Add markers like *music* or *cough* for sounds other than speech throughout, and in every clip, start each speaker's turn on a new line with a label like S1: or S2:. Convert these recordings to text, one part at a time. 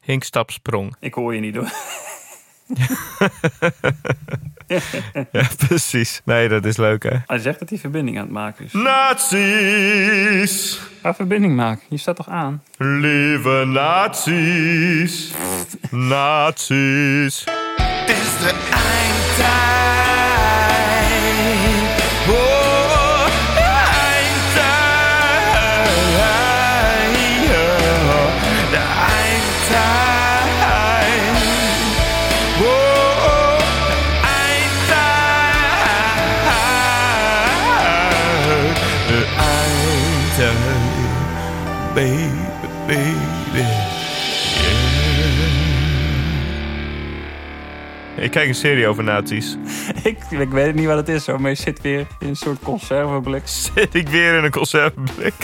S1: Hink stapsprong.
S2: Ik hoor je niet hoor. *laughs*
S1: Ja, *laughs* precies. Nee, dat is leuk, hè?
S2: Hij zegt dat hij verbinding aan het maken is.
S1: Nazis!
S2: Ga verbinding maken. Je staat toch aan?
S1: Lieve nazi's. Nazi's. Het is de eindtijd. Oh, eindtijd. De eindtijd. Oh, eindtijd. De eindtijd. Baby, baby. Ik kijk een serie over nazi's.
S2: *laughs*
S1: *laughs*
S2: ik, ik weet niet wat het is hoor, maar je zit weer in een soort conserveblik.
S1: Zit ik weer in een conserveblik?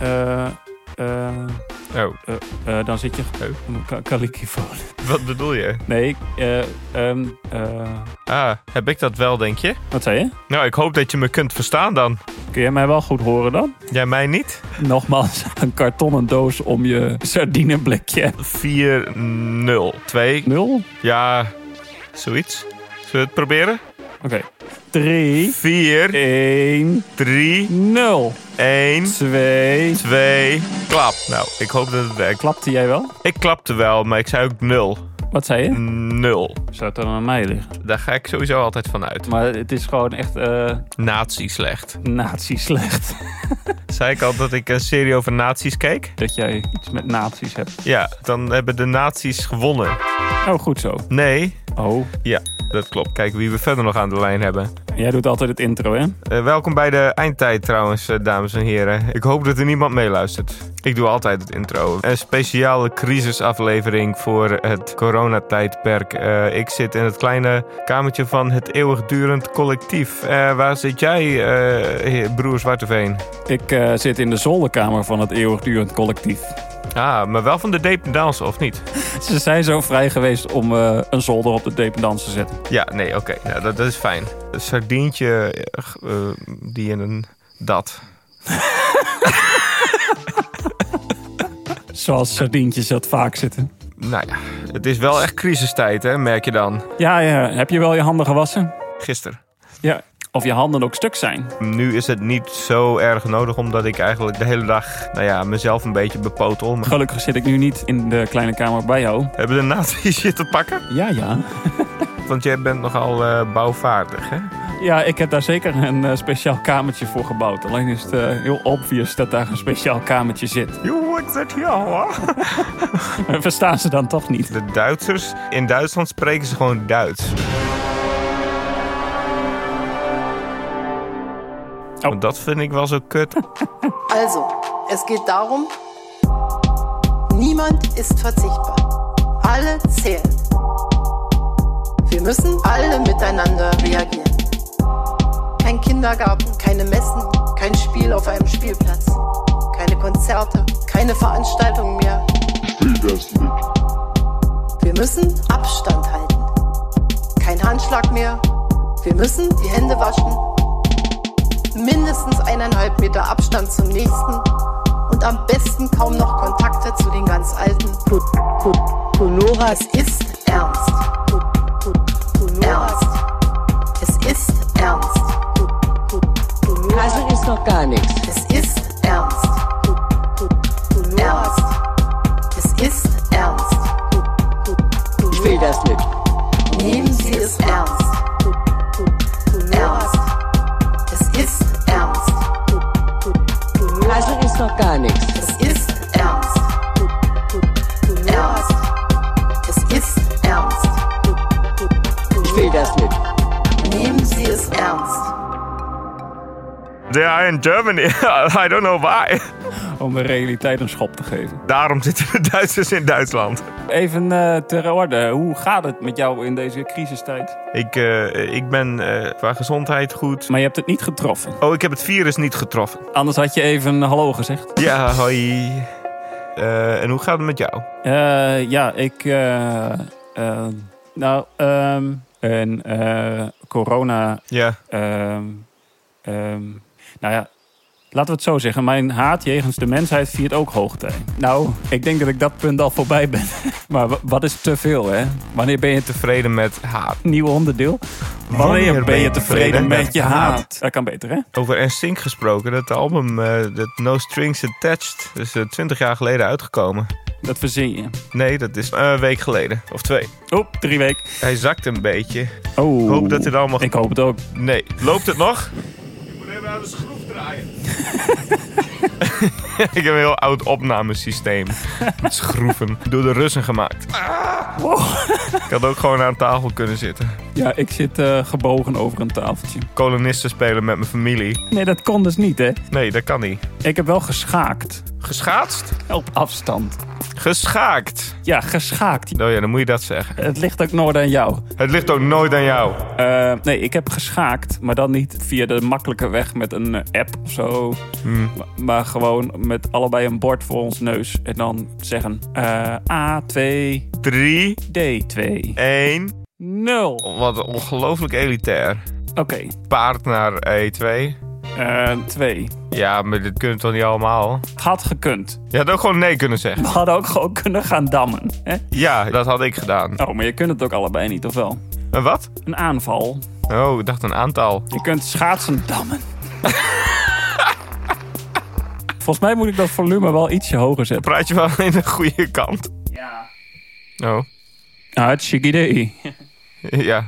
S2: Eh, eh,
S1: Oh,
S2: eh, eh, dan zit je
S1: Oh.
S2: op een ka- kalikifoon.
S1: wat bedoel je?
S2: Nee, ik, eh, ehm, eh,
S1: Ah, heb ik dat wel, denk je?
S2: wat zei je?
S1: Nou, ik hoop dat je me kunt verstaan dan.
S2: Kun jij mij wel goed horen dan?
S1: Jij mij niet?
S2: Nogmaals, *laughs* een kartonnen doos om je sardineblikje.
S1: 4-0. 2.
S2: Nul? Oké.
S1: Ja, zoiets. Zullen we het proberen?
S2: Drie,
S1: 4,
S2: één,
S1: 3,
S2: nul,
S1: 1,
S2: twee.
S1: 2. Klap. Nou, ik hoop dat het werkt.
S2: Klapte jij wel?
S1: Ik klapte wel, maar ik zei ook 0.
S2: Wat zei je?
S1: 0.
S2: Zou het dan aan mij liggen?
S1: Daar ga ik sowieso altijd van uit.
S2: Maar het is gewoon echt eh
S1: Nazi slecht.
S2: nazi *laughs* slecht.
S1: Zei ik al dat ik een serie over nazi's keek?
S2: dat jij iets met nazi's hebt.
S1: Ja, dan hebben de nazi's gewonnen.
S2: Oh, goed zo.
S1: Nee?
S2: Oh.
S1: Ja, dat klopt. Kijk wie we verder nog aan de lijn hebben.
S2: Jij doet altijd het intro, hè?
S1: Eh, welkom bij de eindtijd trouwens, eh, dames en heren. Ik hoop dat er niemand meeluistert. Ik doe altijd het intro. Een speciale crisisaflevering voor het coronatijdperk. Eh, ik zit in het kleine kamertje van het eeuwigdurend collectief. Eh, waar zit jij, eh, heer- broer Zwarteveen?
S2: Ik eh, zit in de zolderkamer van het eeuwigdurend collectief.
S1: Ah, maar wel van de dependance, of niet?
S2: Ze zijn zo vrij geweest om eh, een zolder op de dependance te zetten.
S1: Ja, nee, oké. Ja, dat, dat is fijn. Een sardientje eh, g- eh, die in een dat.
S2: Zoals sardientjes dat vaak zitten.
S1: Nou ja, het is wel echt crisistijd, hè, merk je dan.
S2: Ja, ja. Heb je wel je handen gewassen?
S1: Gisteren.
S2: Ja. Of je handen ook stuk zijn?
S1: Nu is het niet zo erg nodig, omdat ik eigenlijk de hele dag nou ja, mezelf een beetje bepotel. Maar
S2: Gelukkig zit ik nu niet in de kleine kamer bij jou.
S1: hebben de nazi's je te pakken?
S2: Ja, ja.
S1: Want jij bent nogal eh, bouwvaardig, hè?
S2: Ja, ik heb daar zeker een eh, speciaal kamertje voor gebouwd. Alleen is het eh, heel obvious dat daar een speciaal kamertje zit.
S1: You work that here, hoor.
S2: Maar Verstaan ze dan toch niet?
S1: De Duitsers, in Duitsland spreken ze gewoon Duits. En dat vind ik wel zo kut.
S3: Also, es geht darum, niemand ist verzichtbar. Alle zählen. Wir müssen alle miteinander reagieren. Kein Kindergarten, keine Messen, kein Spiel auf einem Spielplatz, keine Konzerte, keine Veranstaltungen mehr. Wir müssen Abstand halten. Kein Handschlag mehr. Wir müssen die Hände waschen mindestens eineinhalb Meter Abstand zum nächsten und am besten kaum noch Kontakte zu den ganz alten. Conora, es ist ernst. Ernst. Es ist ernst.
S4: Also ist noch gar nichts.
S3: Es ist ernst. Ernst. Es ist ernst.
S4: Ich will das nicht.
S3: Nehmen Sie es ernst. Ernst. Es ist ernst.
S4: Also ist noch gar nichts.
S3: Es ist ernst. Ernst. Es ist ernst.
S4: Ich will das nicht.
S3: Nehmen Sie es ernst.
S1: They are in Germany. *laughs* I don't know why.
S2: Om de realiteit een schop te geven.
S1: Daarom zitten de Duitsers in Duitsland.
S2: Even eh, ter orde, hoe gaat het met jou in deze crisistijd?
S1: Ik, eh, ik ben eh, qua gezondheid goed.
S2: Maar je hebt het niet getroffen.
S1: Oh, ik heb het virus niet getroffen.
S2: Anders had je even hallo gezegd.
S1: Ja, hoi. Eh, en hoe gaat het met jou?
S2: Eh, ja, ik. eh, eh, nou, ehm, en eh, corona.
S1: Ja.
S2: ehm, ehm, nou ja, Laten we het zo zeggen, mijn haat jegens de mensheid viert ook hoogtij. Nou, ik denk dat ik dat punt al voorbij ben. *laughs* Maar wa- wat is te veel, hè? Wanneer ben je te
S1: Tevreden met haat.
S2: nieuw onderdeel? Wanneer ben je tevreden met je haat? Dat kan beter, hè?
S1: Over NSYNC gesproken, dat album eh, dat No Strings Attached is eh, 20 jaar geleden uitgekomen.
S2: Dat verzin je.
S1: Nee, dat is eh, een week geleden of twee.
S2: Oep, drie weken.
S1: Hij zakt een beetje.
S2: Oh.
S1: Ik hoop dat dit allemaal...
S2: Ik hoop het ook.
S1: Nee. Loopt het nog? Ik moet even aan de schroef draaien. *laughs* Ik heb een heel oud opnamesysteem. Met schroeven. Door de Russen gemaakt. Ik had ook gewoon aan tafel kunnen zitten.
S2: Ja, ik zit eh, gebogen over een tafeltje.
S1: Kolonisten spelen met mijn familie.
S2: Nee, dat kon dus niet, hè?
S1: Nee, dat kan niet.
S2: Ik heb wel geschaakt.
S1: Geschaatst?
S2: Op afstand.
S1: Geschaakt.
S2: Ja, geschaakt.
S1: Nou ja, dan moet je dat zeggen.
S2: Het ligt ook nooit aan jou.
S1: Het ligt ook nooit aan jou.
S2: Eh, nee, ik heb geschaakt, maar dan niet via de makkelijke weg met een eh, app of zo. Maar, maar gewoon met allebei een bord voor ons neus. En dan zeggen eh, A2,
S1: 3,
S2: D2,
S1: 1.
S2: 0.
S1: Wat ongelooflijk elitair.
S2: Oké,
S1: Paard naar E2.
S2: eh 2.
S1: Ja, maar dit kunnen we toch niet allemaal?
S2: Had gekund.
S1: Je had ook gewoon nee kunnen zeggen.
S2: We hadden ook gewoon kunnen gaan dammen. Hè?
S1: Ja, dat had ik gedaan.
S2: Oh, maar je kunt het ook allebei niet, of wel?
S1: Een wat?
S2: Een aanval.
S1: Oh, ik dacht een aantal.
S2: Je kunt schaatsen dammen. *laughs* Volgens mij moet ik dat volume wel ietsje hoger zetten.
S1: Praat je wel in de goede kant? Ja. Oh,
S2: Hartstikke idee.
S1: ja.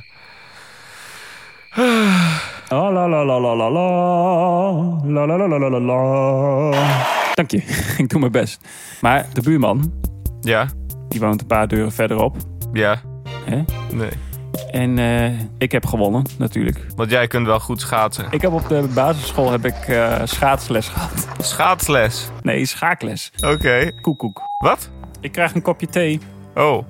S2: La Oh, la la la la la la. La la la la la la la. Dank je. *laughs* Ik doe mijn best. Maar de buurman,
S1: Ja,
S2: die woont een paar deuren verderop.
S1: ja.
S2: Hè?
S1: Nee.
S2: En eh, ik heb gewonnen, natuurlijk.
S1: Want jij kunt wel goed schaatsen.
S2: Ik heb op de basisschool heb ik, eh, schaatsles gehad. *laughs*
S1: Schaatsles.
S2: Nee, schaakles.
S1: Oké.
S2: Koekoek.
S1: Wat?
S2: Ik krijg een kopje thee.
S1: Oh.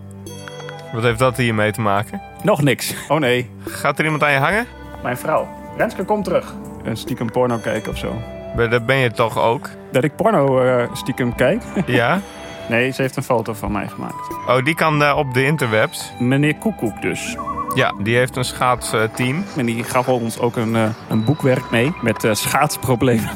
S1: Wat heeft dat hiermee te maken?
S2: Nog niks. Oh nee.
S1: Gaat er iemand aan je hangen?
S2: Mijn vrouw. Renske, kom terug. Een stiekem porno kijken of zo.
S1: Maar Dat ben je toch ook?
S2: Dat ik porno eh, stiekem kijk? *laughs*
S1: Ja.
S2: Nee, ze heeft een foto van mij gemaakt.
S1: Oh, die kan eh, op de interwebs.
S2: Meneer Koekoek dus.
S1: Ja, die heeft een schaatsteam.
S2: En die gaf ons ook een, eh, een boekwerk mee met eh, schaatsproblemen.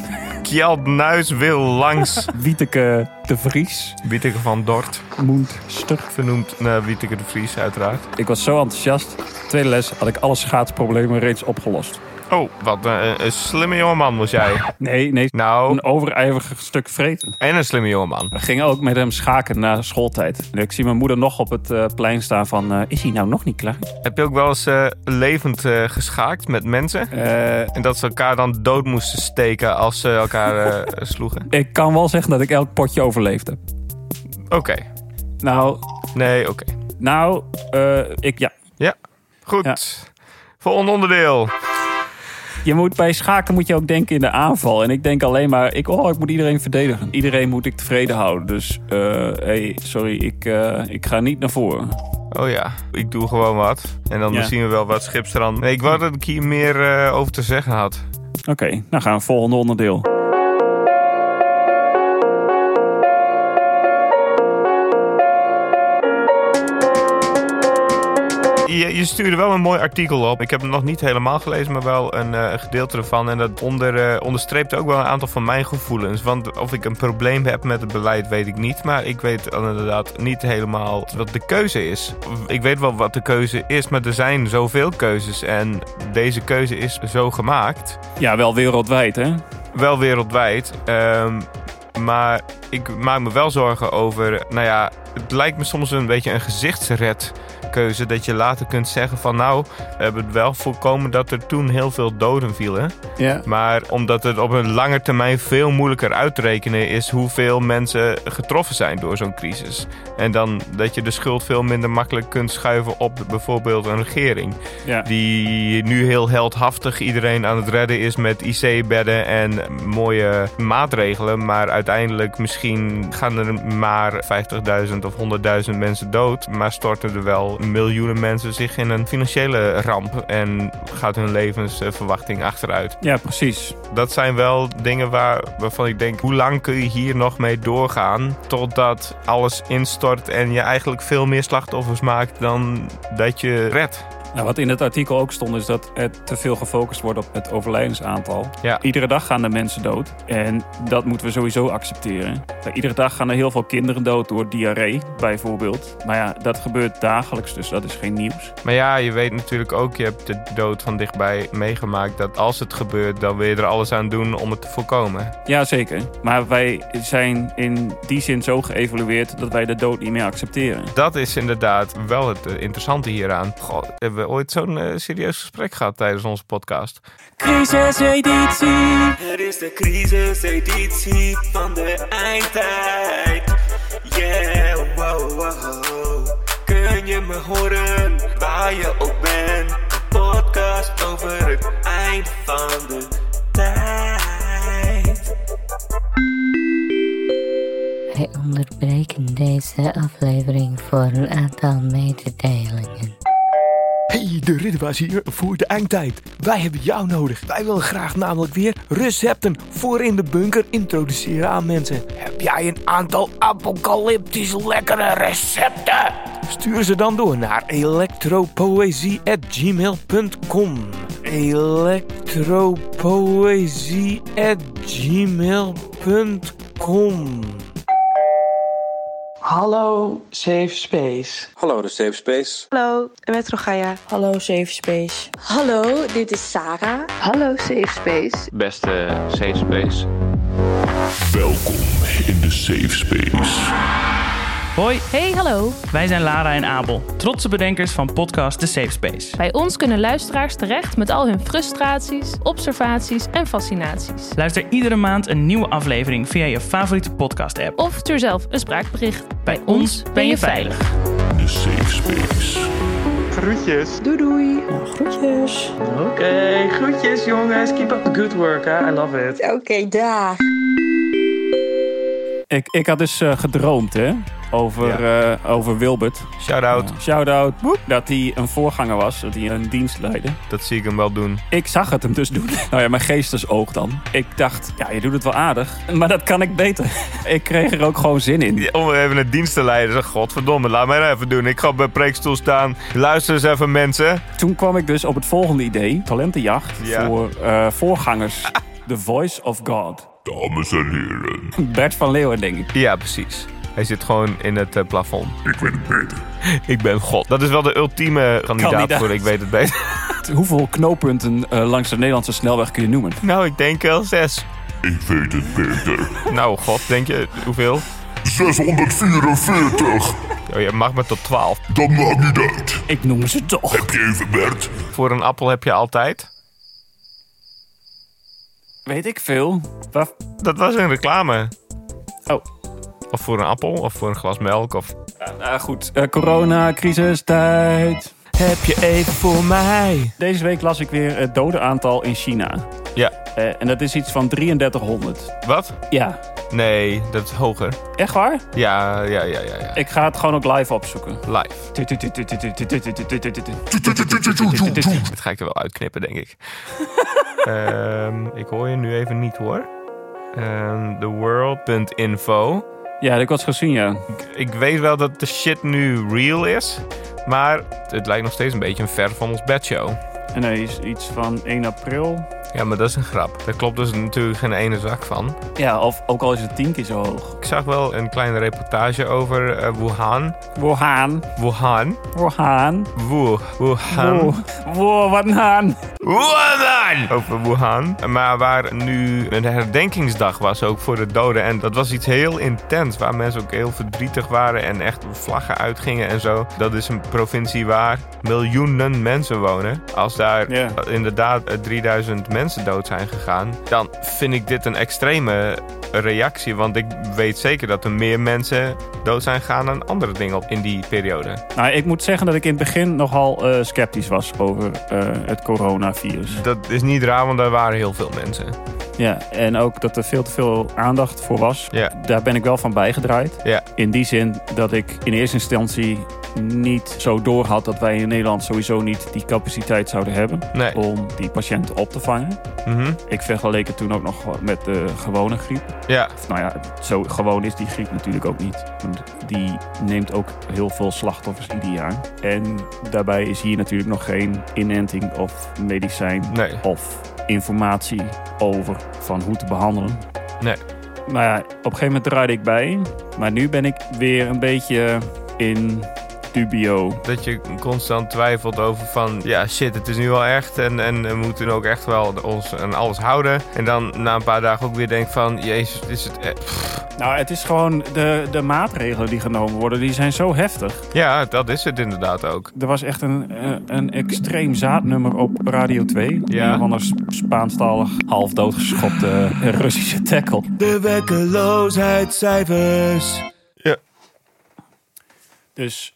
S1: Kjeld Nuis wil langs.
S2: *laughs* Wieteke de Vries.
S1: Wieteke van Dort.
S2: Moent Stug.
S1: Vernoemd naar Wieteke de Vries, uiteraard.
S2: Ik was zo enthousiast. Tweede les had ik alle schaatsproblemen reeds opgelost.
S1: Oh, wat een, een slimme jongeman was jij.
S2: Nee, nee.
S1: Nou,
S2: Een overijverig stuk vreten.
S1: en een slimme jongeman.
S2: We gingen ook met hem schaken na schooltijd. En ik zie mijn moeder nog op het eh, plein staan van... eh, is hij nou nog niet klaar?
S1: Heb je ook wel eens eh, levend eh, geschaakt met mensen?
S2: Eh,
S1: En dat ze elkaar dan dood moesten steken als ze elkaar eh, sloegen?
S2: ik kan wel zeggen dat ik elk potje overleefd heb.
S1: Oké.
S2: Nou,
S1: Nee, oké.
S2: nou, eh, ik ja.
S1: Ja, goed. Volgende onderdeel.
S2: Je moet bij schaken moet je ook denken in de aanval. En ik denk alleen maar, ik, oh, ik moet iedereen verdedigen. Iedereen moet ik tevreden houden. Dus, eh, hey, sorry, ik, eh, ik ga niet naar voren.
S1: Oh ja, ik doe gewoon wat. En dan
S2: Ja.
S1: zien we wel wat schipstrand. Nee, ik wou dat ik hier meer eh, over te zeggen had.
S2: Oké, nou gaan we volgende onderdeel.
S1: Je, je stuurde wel een mooi artikel op. Ik heb hem nog niet helemaal gelezen, maar wel een eh, een gedeelte ervan. En dat onder, eh, onderstreept ook wel een aantal van mijn gevoelens. Want of ik een probleem heb met het beleid, weet ik niet. Maar ik weet al inderdaad niet helemaal wat de keuze is. Ik weet wel wat de keuze is, maar er zijn zoveel keuzes. En deze keuze is zo gemaakt.
S2: Ja, wel wereldwijd, hè?
S1: Wel wereldwijd. ehm, maar ik maak me wel zorgen over. Nou ja, het lijkt me soms een beetje een gezichtsred keuze. Dat je later kunt zeggen van nou, we hebben het wel voorkomen dat er toen heel veel doden vielen.
S2: Ja.
S1: Maar omdat het op een lange termijn veel moeilijker uit te rekenen is hoeveel mensen getroffen zijn door zo'n crisis. En dan dat je de schuld veel minder makkelijk kunt schuiven op bijvoorbeeld een regering
S2: ja.
S1: die nu heel heldhaftig iedereen aan het redden is met IC-bedden en mooie maatregelen. Maar uiteindelijk misschien gaan er maar 50.000 of 100.000 mensen dood. Maar storten er wel miljoenen mensen zich in een financiële ramp en gaat hun levensverwachting achteruit.
S2: ja, precies.
S1: Dat zijn wel dingen waar, waarvan ik denk, hoe lang kun je hier nog mee doorgaan totdat alles instort en je eigenlijk veel meer slachtoffers maakt dan dat je redt.
S2: Nou, wat in het artikel ook stond, is dat het te veel gefocust wordt op het overlijdensaantal.
S1: Ja.
S2: Iedere dag gaan er mensen dood. En dat moeten we sowieso accepteren. Bij Iedere dag gaan er heel veel kinderen dood door diarree, bijvoorbeeld. Maar ja, dat gebeurt dagelijks, dus dat is geen nieuws.
S1: Maar ja, je weet natuurlijk ook, je hebt de dood van dichtbij meegemaakt. Dat als het gebeurt, dan wil je er alles aan doen om het te voorkomen.
S2: Jazeker. Maar wij zijn in die zin zo geëvalueerd dat wij de dood niet meer accepteren.
S1: Dat is inderdaad wel het eh, interessante hieraan. Goh, hebben we ooit zo'n eh, serieus gesprek gehad tijdens onze podcast?
S2: Crisiseditie!
S5: Het is de crisiseditie van de eindtijd. Yeah, wow, wow. Kun je me horen waar je ook bent? Een podcast over het eind van de tijd.
S6: Wij onderbreken deze aflevering voor een aantal mededelingen.
S7: Hey, de Ridderbaas hier voor de eindtijd. Wij hebben jou nodig. Wij willen graag namelijk weer recepten voor in de bunker introduceren aan mensen. Heb jij een aantal apocalyptisch lekkere recepten? Stuur ze dan door naar electropoëzie@gmail.com. electropoëzie@gmail.com.
S8: Hallo Safe Space.
S9: Hallo, de Safe Space.
S10: Hallo, met Rogaya.
S11: Hallo Safe Space.
S10: Hallo, dit is Sarah. Hallo, Safe Space.
S9: Beste Safe Space.
S12: Welkom in de safe space.
S13: Hoi,
S11: Hey, hallo.
S13: wij zijn Lara en Abel, trotse bedenkers van podcast The Safe Space.
S11: Bij ons kunnen luisteraars terecht met al hun frustraties, observaties en fascinaties.
S13: Luister iedere maand een nieuwe aflevering via je favoriete podcast-app.
S11: Of stuur zelf een spraakbericht.
S13: Bij ons ben je veilig.
S12: De safe space.
S8: Oké, groetjes jongens. Keep up the good work, hè. I love it.
S2: Ik, ik had dus eh, gedroomd, hè? Over, eh, over Wilbert.
S1: Shout-out,
S2: Shout-out. Boep. Dat hij een voorganger was, dat hij een dienst leidde.
S1: dat zie ik hem wel doen.
S2: Ik zag het hem dus doen. Nou ja, mijn geestesoog dan. Ik dacht, ja, je doet het wel aardig, maar dat kan ik beter. Ik kreeg er ook gewoon zin in.
S1: Ja, Om even een dienst te leiden, zeg godverdomme, laat mij dat even doen. Ik ga bij preekstoel staan. Luister eens even, mensen.
S2: Toen kwam ik dus op het volgende idee. Talentenjacht
S1: Ja.
S2: voor eh, voorgangers. The Voice of God.
S12: Dames en heren,
S2: Bert van Leeuwen, denk ik.
S1: Ja, precies. Hij zit gewoon in het eh, plafond.
S12: ik weet het beter.
S1: *laughs* Ik ben God. Dat is wel de ultieme kandidaat,
S2: Kandidaat.
S1: voor ik weet het beter.
S2: Hoeveel knooppunten eh, langs de Nederlandse snelweg kun je noemen?
S1: *laughs* Nou, ik denk wel zes.
S12: Ik weet het beter.
S1: Nou, god, denk je, hoeveel?
S12: 644.
S1: Oh, je mag maar tot 12.
S12: Dat maakt niet uit.
S2: Ik noem ze toch.
S12: Heb je even Bert?
S1: Voor een appel heb je altijd.
S2: Weet ik veel. Waar-
S1: Dat was een reclame.
S2: Oh.
S1: Of voor een appel, of voor een glas melk. Of...
S2: Nou goed, eh, corona, crisistijd.
S7: Heb je even voor mij?
S2: Deze week las ik weer het dodenaantal in China.
S1: Ja.
S2: Eh, en dat is iets van 3300.
S1: Wat?
S2: Ja.
S1: Nee, dat is hoger.
S2: Echt waar?
S1: Ja, ja, ja, ja. ja.
S2: Ik ga het gewoon ook live opzoeken.
S1: Live. Dat ga ik er wel uitknippen, denk
S7: *laughs*
S1: ik. Ehm, ik hoor je nu even niet, hoor. Ehm theworld.info.
S2: Ja, dat ik was gezien, ja.
S1: Ik weet wel dat de shit nu real is. Maar het lijkt nog steeds een beetje een ver van ons bedshow.
S2: En hij is iets van 1 april.
S1: Ja, maar dat is een grap. Daar klopt dus natuurlijk geen ene zak van.
S2: Ja, of ook al is het tien keer zo hoog.
S1: Ik zag wel een kleine reportage over eh, Wuhan.
S2: Wuhan.
S1: Wuhan.
S2: Wuhan.
S1: Wu, Wuhan.
S2: Wow, wow, wat een haan.
S1: Wuhan! Over Wuhan. Maar waar nu een herdenkingsdag was ook voor de doden. En dat was iets heel intens. Waar mensen ook heel verdrietig waren. En echt vlaggen uitgingen en zo. Dat is een provincie waar miljoenen mensen wonen. Als daar
S2: Ja.
S1: inderdaad eh, 3000 mensen dood zijn gegaan. Dan vind ik dit een extreme reactie. Want ik weet zeker dat er meer mensen dood zijn gegaan dan andere dingen op in die periode.
S2: Nou, ik moet zeggen dat ik in het begin nogal eh, sceptisch was over eh, het coronavirus.
S1: Dat is niet raar, want daar waren heel veel mensen.
S2: Ja, en ook dat er veel te veel aandacht voor was.
S1: Ja.
S2: Daar ben ik wel van bijgedraaid.
S1: Ja.
S2: In die zin dat ik in eerste instantie niet zo door had dat wij in Nederland sowieso niet die capaciteit zouden hebben
S1: Nee.
S2: om die patiënten op te vangen.
S1: Mhm.
S2: Ik vergeleek het toen ook nog met de gewone griep.
S1: Ja.
S2: Of nou ja, zo gewoon is die griep natuurlijk ook niet. Want Die neemt ook heel veel slachtoffers ieder jaar. En daarbij is hier natuurlijk nog geen inenting of medicijn of informatie over van hoe te behandelen.
S1: Nee.
S2: Maar ja, op een gegeven moment draaide ik bij. Maar nu ben ik weer een beetje in dubio.
S1: Dat je constant twijfelt over van, ja shit, het is nu wel echt en, en we moeten ook echt wel ons aan alles houden. En dan na een paar dagen ook weer denkt van, jezus, is het... eh, pff.
S2: Nou, het is gewoon de, de maatregelen die genomen worden, die zijn zo heftig.
S1: Ja, dat is het inderdaad ook.
S2: Er was echt een, eh, een extreem zaadnummer op Radio 2.
S1: Ja.
S2: Een van een Sp- Spaanstalig half
S1: *laughs*
S2: doodgeschopte Russische tackle.
S14: De werkeloosheidscijfers.
S1: Ja.
S2: Dus...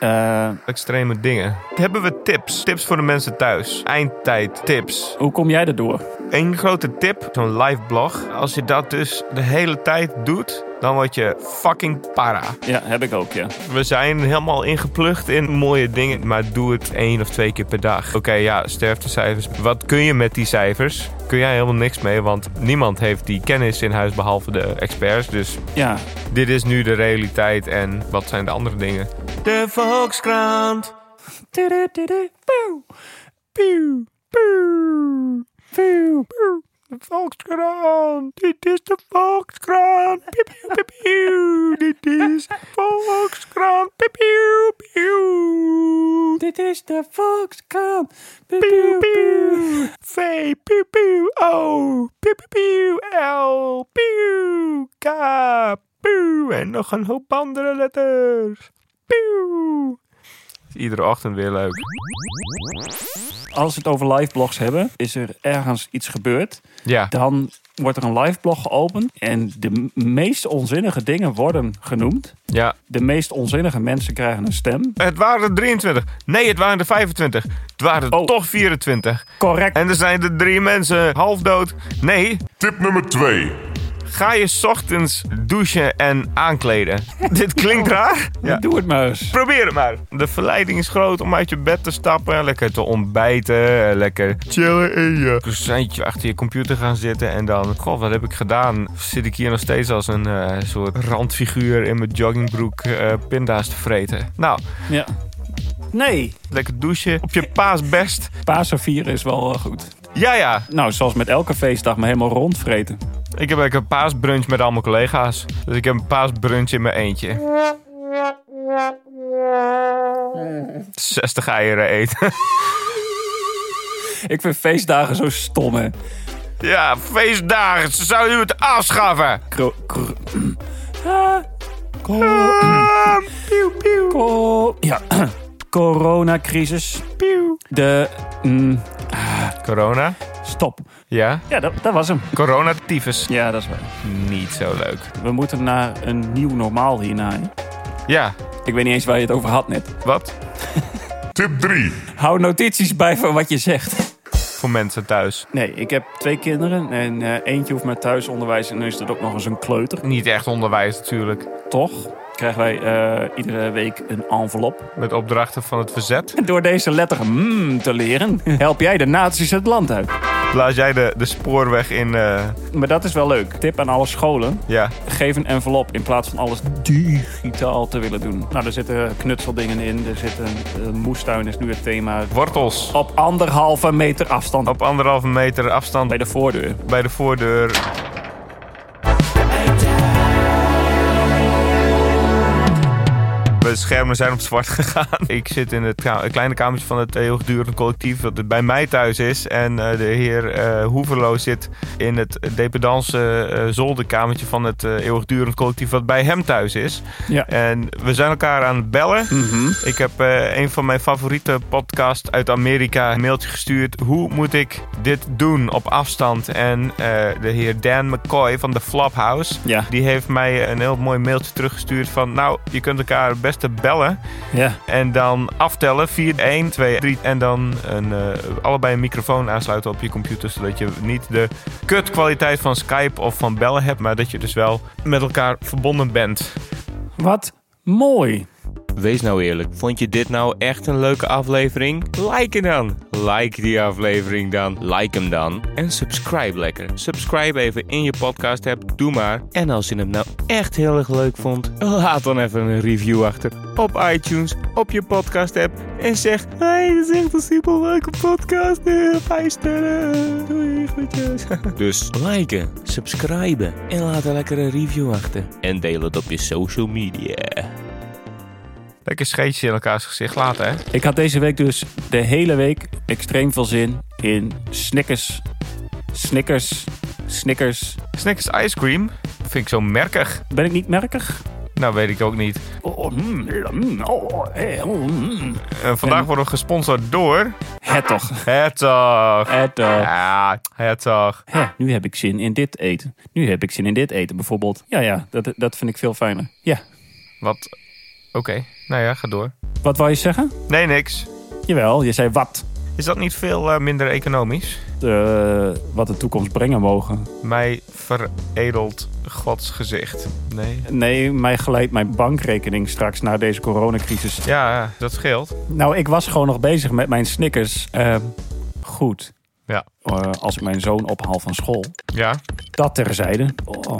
S2: eh,
S1: Extreme dingen. Hebben we tips? Tips voor de mensen thuis. Eindtijd tips.
S2: Hoe kom jij erdoor?
S1: Eén grote tip, zo'n live blog. Als je dat dus de hele tijd doet, dan word je fucking para.
S2: Ja, heb ik ook, ja.
S1: We zijn helemaal ingeplucht in mooie dingen, maar doe het één of twee keer per dag. Oké, ja, sterftecijfers. Wat kun je met die cijfers? Kun jij helemaal niks mee, want niemand heeft die kennis in huis behalve de experts. Dus
S2: Ja.
S1: dit is nu de realiteit en wat zijn de andere dingen?
S14: De Volkskrant.
S15: Pew, pew, pew, pew. De Volkskrant, dit is de Volkskrant. Pew, pew, pew, pew. Dit is de Volkskrant. Pew, pew, pew. Dit is de Volkskrant. Pew, pew, pew. V, pew, pew, O. Pew, pew, pew, L. Pew, K. Pew. En nog een hoop andere letters. Pew.
S1: Iedere ochtend weer leuk.
S2: Als we het over live blogs hebben, is er ergens iets gebeurd.
S1: Ja.
S2: Dan wordt er een live blog geopend en de m- meest onzinnige dingen worden genoemd.
S1: Ja.
S2: De meest onzinnige mensen krijgen een stem.
S1: Het waren er 23. Nee, het waren er 25. Het waren er toch 24.
S2: Correct.
S1: En er zijn er drie mensen half dood. Nee. Tip nummer 2. Ga je 's ochtends douchen en aankleden. Dit klinkt raar.
S2: Doe het maar eens.
S1: Probeer het maar. De verleiding is groot om uit je bed te stappen. Lekker te ontbijten. Lekker chillen in je kussentje achter je computer gaan zitten. En dan, god, wat heb ik gedaan? Zit ik hier nog steeds als een eh, soort randfiguur in mijn joggingbroek eh, pinda's te vreten? Nou,
S2: Ja. Nee.
S1: Lekker douchen. Op je paasbest.
S2: Pasen vieren is wel eh, goed.
S1: Ja, ja.
S2: Nou, zoals met elke feestdag, maar helemaal rondvreten.
S1: Ik heb eigenlijk een paasbrunch met al mijn collega's. Dus ik heb een paasbrunch in mijn eentje. 60 eieren eten. *laughs*
S2: Ik vind feestdagen zo stom, hè.
S1: ja, feestdagen. Ze zouden het afschaffen.
S2: Kro- kro- *clears throat* Ah, Kom. Ko- ja. *clears throat* Coronacrisis. De. mm,
S1: Corona?
S2: Stop.
S1: Ja?
S2: Ja, dat, dat was hem.
S1: Coronatyfus.
S2: Ja, dat is waar.
S1: Niet zo leuk.
S2: We moeten naar een nieuw normaal hierna. hè?
S1: Ja.
S2: Ik weet niet eens waar je het over had net.
S1: Wat?
S2: Tip 3. Hou notities bij van wat je zegt.
S1: Voor mensen thuis.
S2: Nee, ik heb twee kinderen. En eh, eentje hoeft maar thuisonderwijs. En dan is dat ook nog eens een kleuter.
S1: Niet echt onderwijs natuurlijk.
S2: Toch krijgen wij eh, iedere week een envelop.
S1: Met opdrachten van het verzet.
S2: Door deze letter mm te leren, help jij de nazi's het land uit.
S1: Blaas jij de, de spoorweg in... eh,
S2: Maar dat is wel leuk. Tip aan alle scholen.
S1: Ja.
S2: Geef een envelop in plaats van alles digitaal te willen doen. Nou, er zitten knutseldingen in. Er zit een, een moestuin is nu het thema.
S1: Wortels.
S2: Op anderhalve meter afstand.
S1: Op anderhalve meter afstand. Bij
S2: de voordeur.
S1: Bij de voordeur. De schermen zijn op zwart *laughs* gegaan. Ik zit in het ka- kleine kamertje van het eeuwigdurend collectief dat het bij mij thuis is. En eh, de heer eh Hoeverlo zit in het dependance eh, zolderkamertje van het eh, eeuwigdurend collectief wat bij hem thuis is.
S2: Ja.
S1: En we zijn elkaar aan het bellen. Ik heb eh, een van mijn favoriete podcasts uit Amerika een mailtje gestuurd. Hoe moet ik dit doen op afstand? En eh, de heer Dan McCoy van de Flophouse,
S2: Ja.
S1: die heeft mij een heel mooi mailtje teruggestuurd van... Nou, je kunt elkaar het beste bellen
S2: Ja.
S1: en dan aftellen. 4, 1, 2, 3. En dan een, eh, allebei een microfoon aansluiten op je computer. Zodat je niet de kutkwaliteit van Skype of van bellen hebt. Maar dat je dus wel met elkaar verbonden bent.
S2: Wat mooi.
S1: Wees nou eerlijk, vond je dit nou echt een leuke aflevering? Like hem dan! Like die aflevering dan, like hem dan. En subscribe lekker. Subscribe even in je podcast app, doe maar. En als je hem nou echt heel erg leuk vond, laat dan even een review achter op iTunes, op je podcast app. En zeg, hey, dit is echt een super leuke podcast. Eh, Vijf sterren. Doei, groetjes. *laughs* Dus liken, subscriben en laat een lekkere review achter. En deel het op je social media. Lekker scheetje in elkaars gezicht laten, hè?
S2: Ik had deze week dus de hele week extreem veel zin in Snickers. Snickers. Snickers.
S1: Snickers ice cream? Vind ik zo merkig.
S2: Ben ik niet merkig? Oh, mm,
S1: Nou, weet ik ook niet. En Eh, vandaag worden we gesponsord door...
S2: Hertog.
S1: Hertog.
S2: Hertog.
S1: Ja, Hertog.
S2: Hè, nu heb ik zin in dit eten. Nu heb ik zin in dit eten bijvoorbeeld. Ja, ja, dat, dat vind ik veel fijner. Ja.
S1: Wat? Oké, nou ja, ga door.
S2: Wat wou je zeggen?
S1: Nee, niks.
S2: Jawel, je zei wat.
S1: Is dat niet veel eh, minder economisch?
S2: Eh, wat de toekomst brengen mogen.
S1: Mij veredelt Gods gezicht. Nee.
S2: Nee, mij glijdt mijn bankrekening straks na deze coronacrisis.
S1: Ja, dat scheelt.
S2: Nou, ik was gewoon nog bezig met mijn Snickers. Eh, goed.
S1: Ja.
S2: Eh, als ik mijn zoon ophaal van school.
S1: Ja.
S2: Dat terzijde. Oh,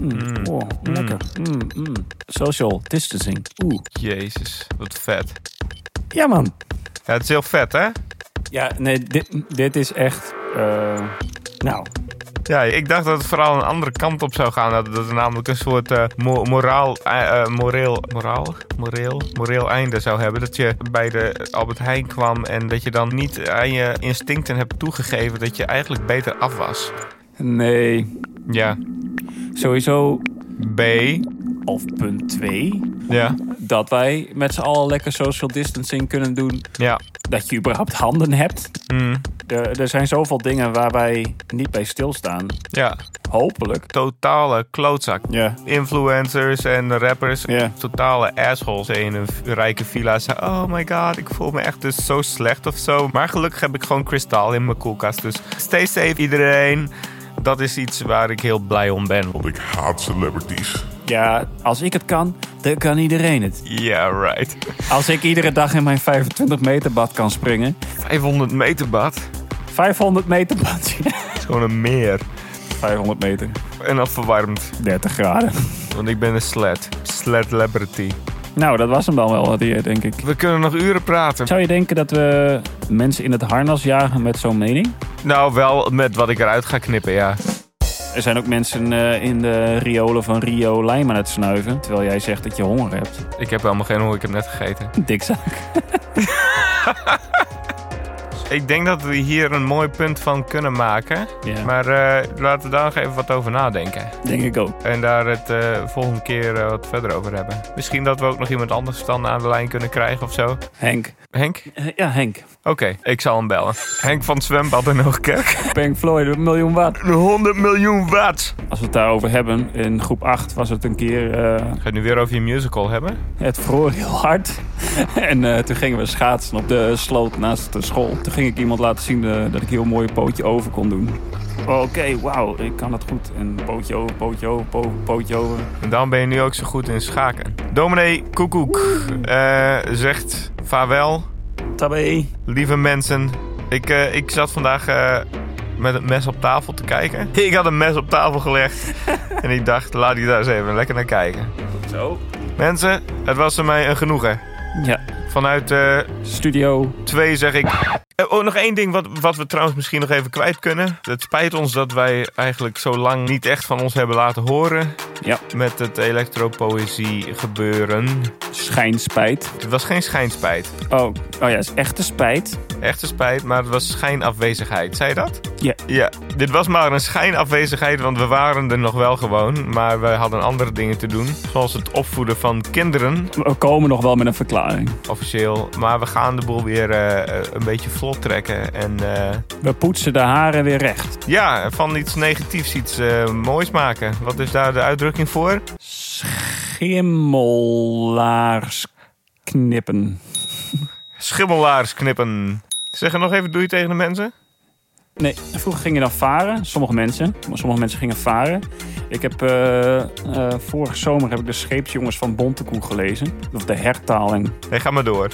S2: mm, mm, oh lekker. Mm, mm. Social distancing. Oeh.
S1: Jezus, wat vet.
S2: Ja, man.
S1: Ja, het is heel vet, hè?
S2: Ja, nee, dit, dit is echt... eh, nou,
S1: Ja, ik dacht dat het vooral een andere kant op zou gaan. Dat dat er namelijk een soort eh, mo- moraal, eh, eh, moreel, moraal, moreel, moreel einde zou hebben. Dat je bij de Albert Heijn kwam en dat je dan niet aan je instincten hebt toegegeven dat je eigenlijk beter af was.
S2: nee.
S1: Ja.
S2: Sowieso
S1: B.
S2: of punt 2.
S1: Ja.
S2: Dat wij met z'n allen lekker social distancing kunnen doen.
S1: Ja.
S2: Dat je überhaupt handen hebt.
S1: Mm.
S2: Er, er zijn zoveel dingen waar wij niet bij stilstaan.
S1: Ja.
S2: Hopelijk.
S1: Totale klootzak.
S2: Ja.
S1: Influencers en rappers.
S2: Ja.
S1: Totale assholes in een rijke villa. Ze- oh my god, ik voel me echt dus zo slecht of zo. Maar gelukkig heb ik gewoon kristal in mijn koelkast. Dus stay safe iedereen. Dat is iets waar ik heel blij om ben.
S12: Ik haat celebrities.
S2: Ja, als ik het kan, dan kan iedereen het.
S1: Yeah, right.
S2: Als ik iedere dag in mijn 25 meter bad kan springen.
S1: 500 meter bad.
S2: 500 meter *laughs* bad.
S1: Het is gewoon een meer.
S2: 500 meter.
S1: En afverwarmd.
S2: 30 graden.
S1: Want ik ben een sled. Sled celebrity.
S2: Nou, dat was hem dan wel, die, denk ik.
S1: We kunnen nog uren praten.
S2: Zou je denken dat we mensen in het harnas jagen met zo'n mening?
S1: Nou, wel met wat ik eruit ga knippen, ja.
S2: Er zijn ook mensen eh, in de riolen van Rio lijm aan het snuiven. Terwijl jij zegt dat je honger hebt.
S1: Ik heb helemaal geen honger, ik heb net gegeten.
S2: Dikzaak.
S1: Ik denk dat we hier een mooi punt van kunnen maken.
S2: Ja.
S1: Maar eh, laten we daar nog even wat over nadenken.
S2: Denk ik ook.
S1: En daar het eh, volgende keer eh, wat verder over hebben. Misschien dat we ook nog iemand anders dan aan de lijn kunnen krijgen of zo.
S2: Henk. *laughs*
S1: Henk?
S2: Eh, ja, Henk.
S1: Oké, ik zal hem bellen. Henk van het Zwembad in Hoogkerk.
S2: Pink Floyd, *laughs* een miljoen watt.
S1: 100 miljoen watt!
S2: Als we het daarover hebben, in groep 8 was het een keer... eh,
S1: Ga je het nu weer over je musical hebben?
S2: Het vroor heel hard. *laughs* En eh, toen gingen we schaatsen op de sloot naast de school. Toen ging ik iemand laten zien eh, dat ik heel mooi een pootje over kon doen. Oké, wauw, ik kan dat goed. En pootje over, pootje over, po- pootje over.
S1: En daarom ben je nu ook zo goed in schaken. Dominee Koekoek eh, zegt vaarwel.
S2: Tabé.
S1: Lieve mensen, ik, eh, ik zat vandaag eh, met het mes op tafel te kijken. *laughs* Ik had een mes op tafel gelegd. en ik dacht, laat ik daar eens even lekker naar kijken.
S2: Zo.
S1: Mensen, het was voor mij een genoegen.
S2: Ja,
S1: Vanuit eh,
S2: studio.
S1: twee zeg ik. Eh, Oh, nog één ding wat, wat we trouwens misschien nog even kwijt kunnen. Het spijt ons dat wij eigenlijk zo lang niet echt van ons hebben laten horen.
S2: Ja,
S1: Met het elektropoëzie gebeuren.
S2: schijnspijt.
S1: Het was geen schijnspijt.
S2: Oh, oh ja, het is echte spijt.
S1: Echte spijt, maar het was schijnafwezigheid. Zei je dat?
S2: Ja.
S1: Ja, dit was maar een schijnafwezigheid, want we waren er nog wel gewoon. Maar we hadden andere dingen te doen. Zoals het opvoeden van kinderen,
S2: We komen nog wel met een verklaring.
S1: officieel. Maar we gaan de boel weer eh, eh, een beetje vlot trekken. En eh,
S2: We poetsen de haren weer recht.
S1: ja, van iets negatiefs iets eh, moois maken. Wat is daar de uitdrukking voor?
S2: Gimmelaars knippen.
S1: Schimmelaars knippen. Zeg er nog even doei tegen de mensen.
S2: Nee, vroeger ging je dan varen. Sommige mensen. Sommige mensen gingen varen. Ik heb eh, eh, vorige zomer heb ik de scheepsjongens van Bontekoe gelezen. Of de hertaling.
S1: Nee, ga maar door.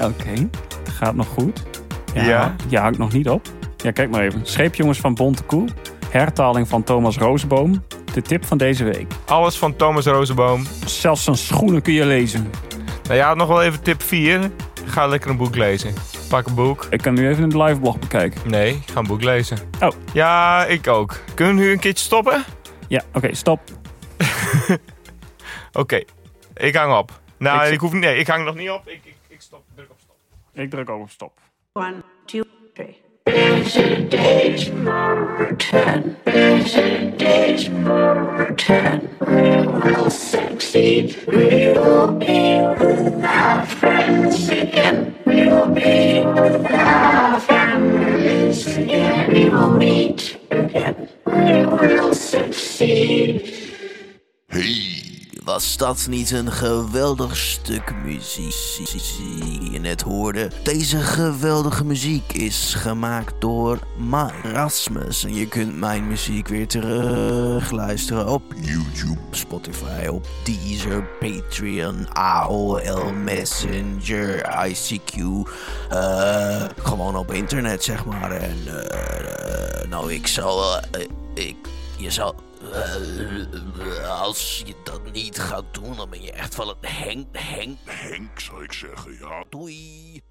S2: Oké, het gaat nog goed.
S1: Ja.
S2: Je hangt nog niet op. Ja, kijk maar even. Scheepjongens van Bontekoe. Hertaling van Thomas Roosboom. De tip van deze week.
S1: Alles van Thomas Rozenboom.
S2: Zelfs zijn schoenen kun je lezen.
S1: Nou ja, nog wel even tip 4. Ga lekker een boek lezen. Pak een boek.
S2: Ik kan nu even een live blog bekijken.
S1: Nee, ik ga een boek lezen.
S2: Oh.
S1: Ja, ik ook. Kunnen we nu een keertje stoppen?
S2: Ja, oké, stop.
S1: Oké, ik hang op. Nou,
S2: Ik
S1: ik,
S2: zit-
S1: hoef, nee, ik hang nog niet op. Ik, ik, ik stop. Druk op stop.
S2: Ik druk over stop.
S16: One, two, three. Day's number ten. Day's number ten. We will succeed. We will be with our friends again. We will be with our families again. We will meet again. We will succeed.
S17: Was dat niet een geweldig stuk muziek? Je net hoorde. Deze geweldige muziek is gemaakt door Marasmus. En je kunt mijn muziek weer terugluisteren op YouTube, Spotify, op Deezer, Patreon, AOL Messenger, ICQ. eh, gewoon op internet, zeg maar. En eh, eh, nou, ik zal. eh, eh, ik, je zal. Eh, Als je dat niet gaat doen, dan ben je echt van het Henk, Henk, Henk, zou ik zeggen, ja. Doei.